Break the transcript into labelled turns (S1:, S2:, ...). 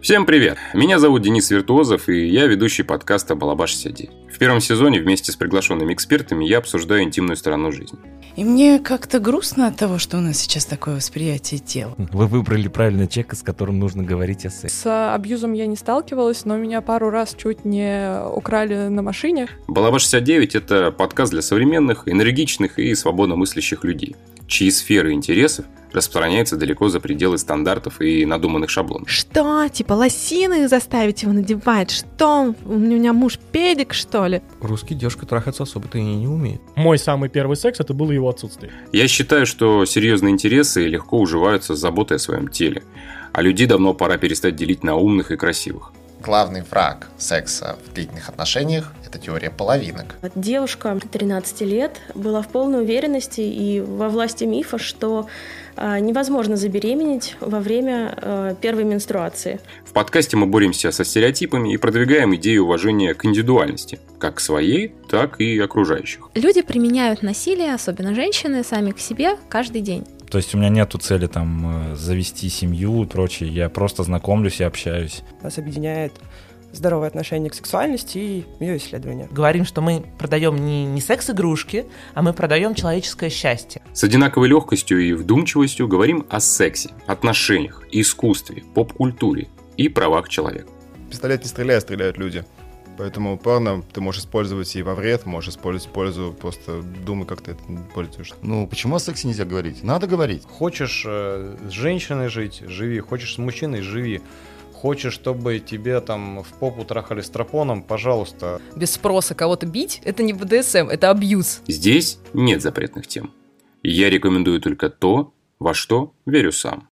S1: Всем привет! Меня зовут Денис Виртуозов, и я ведущий подкаста «Балабаш сиди». В первом сезоне вместе с приглашенными экспертами я обсуждаю интимную сторону жизни.
S2: И мне как-то грустно от того, что у нас сейчас такое восприятие тела.
S3: Вы выбрали правильный человека, с которым нужно говорить о сексе.
S4: С абьюзом я не сталкивалась, но меня пару раз чуть не украли на машине.
S1: «Балабаш 69» — это подкаст для современных, энергичных и свободно мыслящих людей, чьи сферы интересов распространяются далеко за пределы стандартов и надуманных шаблонов.
S5: Что? Типа лосины заставить его надевать? Что? У меня муж педик, что ли?
S6: Русский девушка трахаться особо-то и не умеет.
S7: Мой самый первый секс это было его отсутствие.
S1: Я считаю, что серьезные интересы легко уживаются с заботой о своем теле, а людей давно пора перестать делить на умных и красивых.
S8: Главный враг секса в длительных отношениях – это теория половинок.
S9: Девушка 13 лет была в полной уверенности и во власти мифа, что э, невозможно забеременеть во время э, первой менструации.
S1: В подкасте мы боремся со стереотипами и продвигаем идею уважения к индивидуальности, как своей, так и окружающих.
S10: Люди применяют насилие, особенно женщины, сами к себе каждый день.
S3: То есть у меня нету цели там э, завести семью и прочее. Я просто знакомлюсь и общаюсь.
S11: Нас объединяет здоровое отношение к сексуальности и ее исследование.
S12: Говорим, что мы продаем не, не секс-игрушки, а мы продаем человеческое счастье.
S1: С одинаковой легкостью и вдумчивостью говорим о сексе, отношениях, искусстве, поп-культуре и правах человека.
S13: Пистолет не стреляет, стреляют люди. Поэтому порно ты можешь использовать и во вред, можешь использовать в пользу, просто думай, как ты это пользуешься.
S8: Ну, почему о сексе нельзя говорить? Надо говорить.
S14: Хочешь э, с женщиной жить, живи. Хочешь с мужчиной, живи. Хочешь, чтобы тебе там в попу трахали стропоном, пожалуйста.
S15: Без спроса кого-то бить – это не БДСМ, это абьюз.
S1: Здесь нет запретных тем. Я рекомендую только то, во что верю сам.